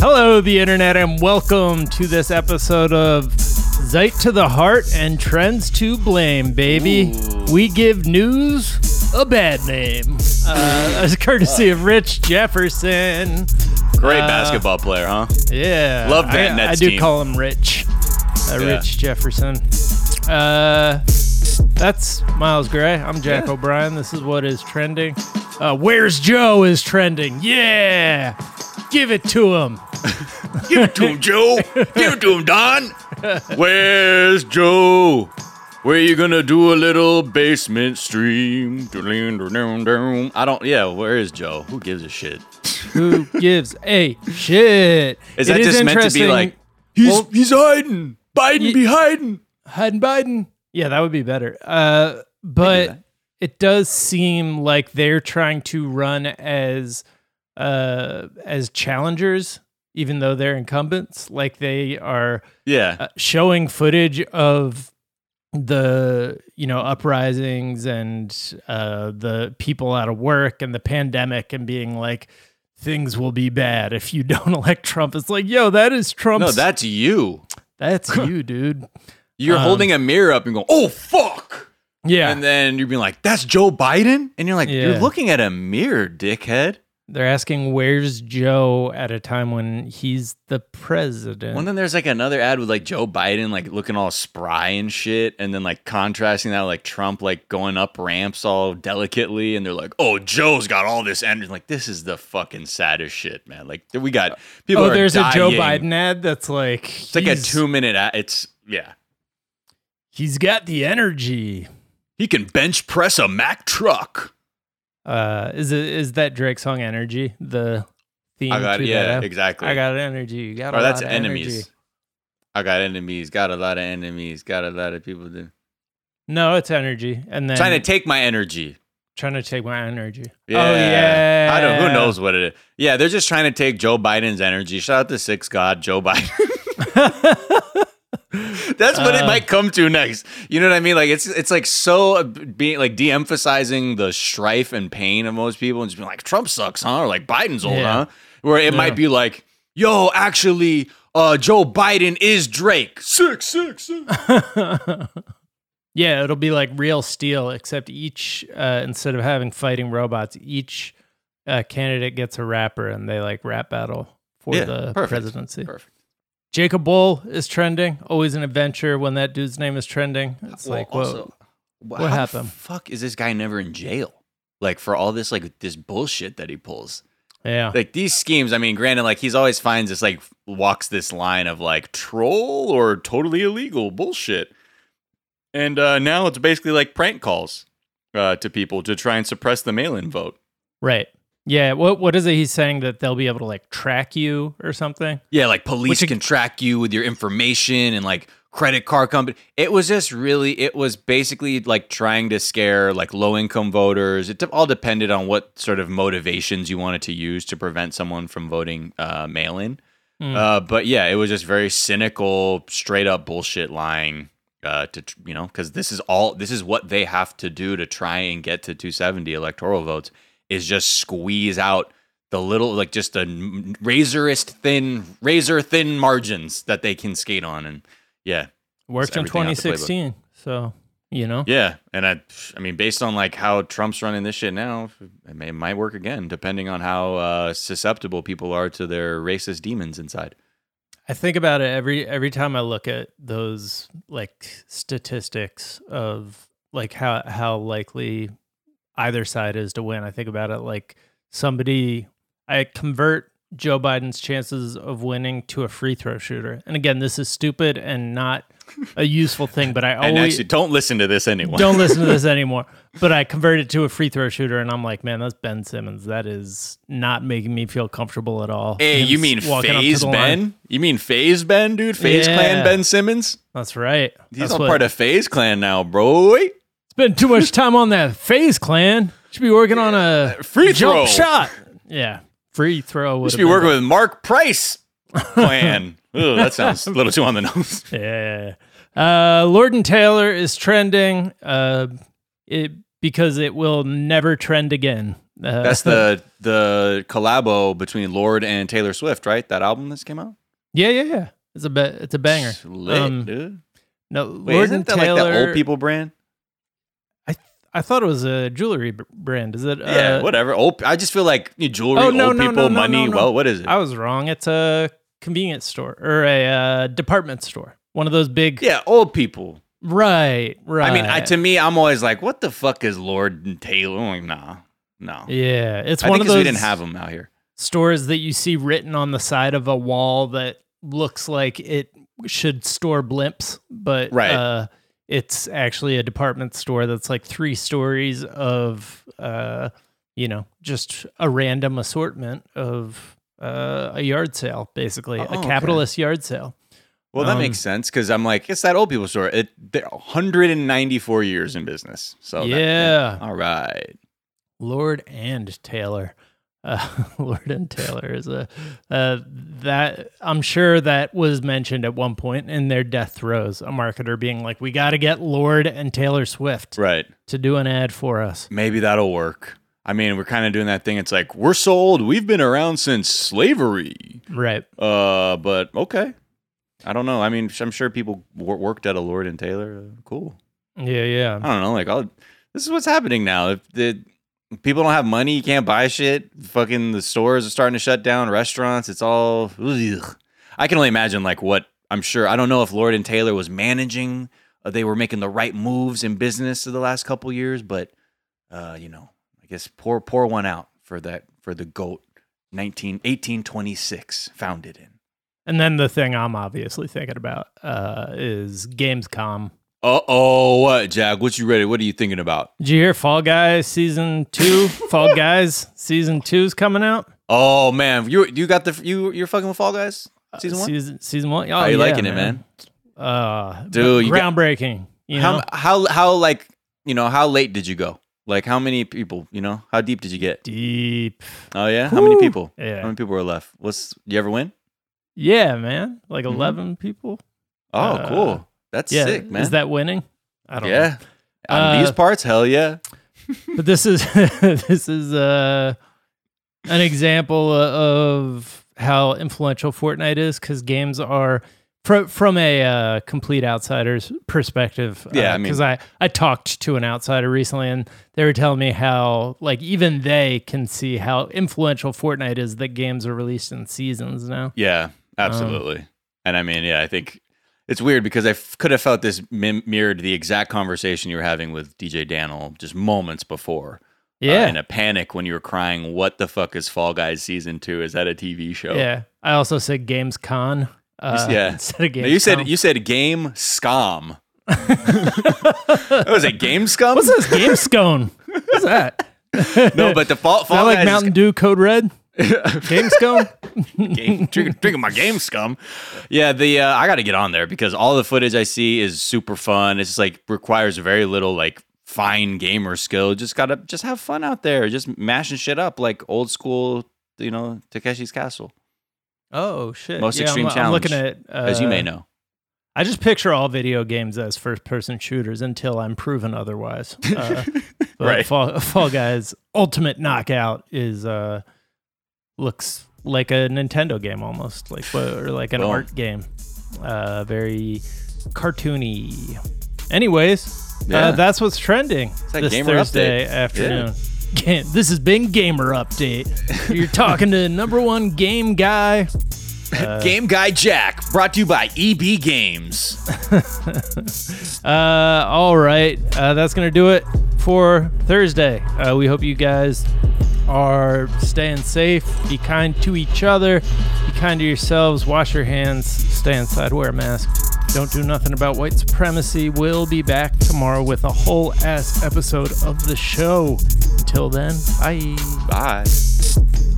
Hello, the internet, and welcome to this episode of Zeit to the Heart and Trends to Blame, baby. We give news a bad name. Uh, as courtesy of Rich Jefferson. Great Uh, basketball player, huh? Yeah. Love that I, Nets I do team. call him Rich. Uh, Yeah. Rich Jefferson. Uh, that's Miles Gray. I'm Jack O'Brien. This is what is trending. Uh, Where's Joe is trending. Yeah. Give it to him. Give it to him, Joe. Give it to him, Don. Where's Joe? Where you gonna do a little basement stream? I don't. Yeah, where is Joe? Who gives a shit? Who gives a shit? Is that It just meant to be interesting- like he's Well- he's hiding? Biden be hiding. Hunting Biden. Yeah, that would be better. Uh, but that. it does seem like they're trying to run as uh, as challengers, even though they're incumbents. Like they are Yeah, uh, showing footage of the you know uprisings and uh, the people out of work and the pandemic and being like things will be bad if you don't elect Trump. It's like yo, that is Trump's. no, that's you. that's you, dude. You're holding a mirror up and going, "Oh fuck," Yeah. and then you're being like, "That's Joe Biden," and you're like, Yeah. "You're looking at a mirror, dickhead." They're asking where's Joe at a time when he's the president. Well, then there's like another ad with like Joe Biden like looking all spry and shit, and then like contrasting that with, like Trump like going up ramps all delicately, and they're like, "Oh, Joe's got all this energy." Like this is the fucking saddest shit, man. Like we got people. oh, are there's a Joe dying. Biden ad that's like It's like a two minute ad. It's yeah. He's got the energy. He can bench press a Mack truck. Uh, is it is that Drake song Energy the theme? I got to yeah, that? exactly. I got energy. You got. or a Oh, that's lot of enemies. energy. I got enemies. Got a lot of enemies. Got a lot of people that- No, it's energy, and then trying to take my energy. trying to take my energy. Yeah. Oh yeah. I don't. Who knows what it is? Yeah, they're just trying to take Joe Biden's energy. Shout out to Six God Joe Biden. That's what Uh. it might come to next. You know what I mean? Like it's it's like so uh, being like de-emphasizing the strife and pain of most people, and just being like Trump sucks, huh? Or like Biden's old, Yeah. huh? Where it Yeah. might be like, yo, actually, uh, Joe Biden is Drake. Six, six, six. Yeah, it'll be like real steel, except each uh, instead of having fighting robots, each uh, candidate gets a rapper, and they like rap battle for Yeah, the perfect. presidency. Perfect. Jacob Bull is trending. Always an adventure when that dude's name is trending. It's Well, like, whoa, also, wha- what how happened? The fuck is this guy never in jail? Like for all this like this bullshit that he pulls. yeah, Like these schemes. I mean, granted, like he's always finds this like walks this line of like troll or totally illegal bullshit. And uh, now it's basically like prank calls uh, to people to try and suppress the mail-in vote. right, yeah. What what is it? He's saying that they'll be able to like track you or something. Yeah, like police Which- can track you with your information and like credit card company. It was just really, it was basically like trying to scare like low income voters. It de- all depended on what sort of motivations you wanted to use to prevent someone from voting uh, mail in. Mm. Uh, but yeah, it was just very cynical, straight up bullshit lying. Uh, to tr- you know, because this is all this is what they have to do to try and get to 270 electoral votes is just squeeze out the little like just the n- razorist thin razor thin margins that they can skate on and yeah Worked in everything out the playbook. 2016, so you know, yeah and i i mean based on like how trump's running this shit now it, may, it might work again depending on how uh susceptible people are to their racist demons inside I think about it every every time I look at those like statistics of like how how likely either side is to win. I think about it like somebody I convert Joe Biden's chances of winning to a free throw shooter. And again, this is stupid and not a useful thing, but I and always actually don't listen to this anyway Oh, don't listen to this anymore. But I convert it to a free throw shooter and I'm like, man, that's Ben Simmons. That is not making me feel comfortable at all. hey Him you mean walking up to phase the line. ben you mean phase ben dude phase Yeah. clan ben simmons That's right. he's That's all what- part of phase clan now bro Spend too much time on that phase clan. Should be working on a free jump throw shot. Yeah, free throw. Would Used to be working with Mark Price. Plan. Ugh, that sounds a little too on the nose. Yeah. Uh, Lord and Taylor is trending. Uh, it because it will never trend again. Uh, That's the the collabo between Lord and Taylor Swift, right? That album that came out. yeah, yeah, yeah. It's a ba- it's a banger. It's lit, Um, dude. No, Wait, Lord isn't and that Taylor. like the old people brand? I thought it was a jewelry b- brand. Is it? yeah, uh, whatever. Old. I just feel like jewelry, Oh, no, old no, people, no, no, no, money. no. Well, what is it? I was wrong. It's a convenience store or a uh, department store. One of those big. yeah, old people. Right. Right. I mean, I, to me, I'm always like, what the fuck is Lord and Taylor? I'm like, nah, no. yeah, it's I one of think 'cause those. we didn't have them out here. stores that you see written on the side of a wall that looks like it should store blimps, but Right. uh, it's actually a department store that's like three stories of, uh, you know, just a random assortment of uh, a yard sale, basically Oh, a okay. capitalist yard sale. Well, that Um, makes sense because I'm like, it's that old people store. It they're 194 years in business. So that- yeah, all right. Lord and Taylor. Uh, Lord and Taylor is a uh, that I'm sure that was mentioned at one point in their death throes. A marketer being like, "We got to get Lord and Taylor Swift Right. to do an ad for us." Maybe that'll work. I mean, we're kind of doing that thing. It's like, we're sold. We've been around since slavery. Right? Uh, but okay. I don't know. I mean, I'm sure people wor- worked at a Lord and Taylor. Uh, cool. Yeah, yeah. I don't know. Like, I'll, this is what's happening now. If the people don't have money, you can't buy shit. Fucking the stores are starting to shut down. Restaurants, it's all. ugh. I can only imagine like what I'm sure. I don't know if Lord and Taylor was managing. Uh, they were making the right moves in business of the last couple years, but uh, you know, I guess pour pour one out for that for the goat. 19, 1826 founded in. And then the thing I'm obviously thinking about uh, is Gamescom. Uh oh, what Jack? What you ready? What are you thinking about? Did you hear Fall Guys season two? Fall Guys season two's coming out. Oh man, you you got the you you're fucking with Fall Guys Uh, season one. Season season one. Oh, How you yeah, liking it, man? Uh, Dude, you got- groundbreaking. you know? How how how like you know how late did you go? Like how many people? You know how deep did you get? deep. Oh yeah, how many Whew. people? How Yeah. many people were left? What's you ever win? Yeah, man. Like Mhm. 11 people. Oh Uh, cool, that's Yeah. sick, man. Is that winning? I don't yeah, know. on these Uh, parts, hell yeah. know. But this is this is uh an example of how influential Fortnite is cuz games are fro- from a uh, complete outsider's perspective Yeah, I uh, mean- I, I talked to an outsider recently and they were telling me how like even they can see how influential Fortnite is that games are released in seasons now Yeah, absolutely. and I mean, yeah, I think it's weird because I f- could have felt this mim- mirrored the exact conversation you were having with DJ Daniel just moments before. uh, yeah in a panic when you were crying, what the fuck is Fall Guys season two? Is that a TV show? Yeah. I also said Games Con. Uh, Oh. yeah. Instead of Games No, you said you said game scum. That was a game scum. What's this? Game Scone. What's that? No, but the Fall, I fall like Guys Mountain Dew Code Red. Game Scone. is game, drink, drinking my game scum. Yeah, the uh, I got to get on there because all the footage I see is super fun. It's just like requires very little like fine gamer skill. Just gotta just have fun out there, just mashing shit up like old school. You know, Takeshi's Castle, Oh shit. Most Yeah, Extreme I'm, I'm looking at uh, as you may know. I just picture all video games as first person shooters until I'm proven otherwise. Uh, but Right. Fall, Fall Guys Ultimate Knockout is uh looks like a Nintendo game almost, like or like an Well. art game. Uh very cartoony. Anyways, Yeah. uh, that's what's trending that this Gamer Thursday Update. afternoon. Game, this has been Gamer Update. You're talking to number one game guy. Game Guy Jack, brought to you by EB Games. Uh, all right. Uh, that's going to do it for Thursday. Uh, we hope you guys are staying safe. Be kind to each other. Be kind to yourselves. Wash your hands. Stay inside. Wear a mask. Don't do nothing about white supremacy. We'll be back tomorrow with a whole ass episode of the show. Until then, bye. Bye.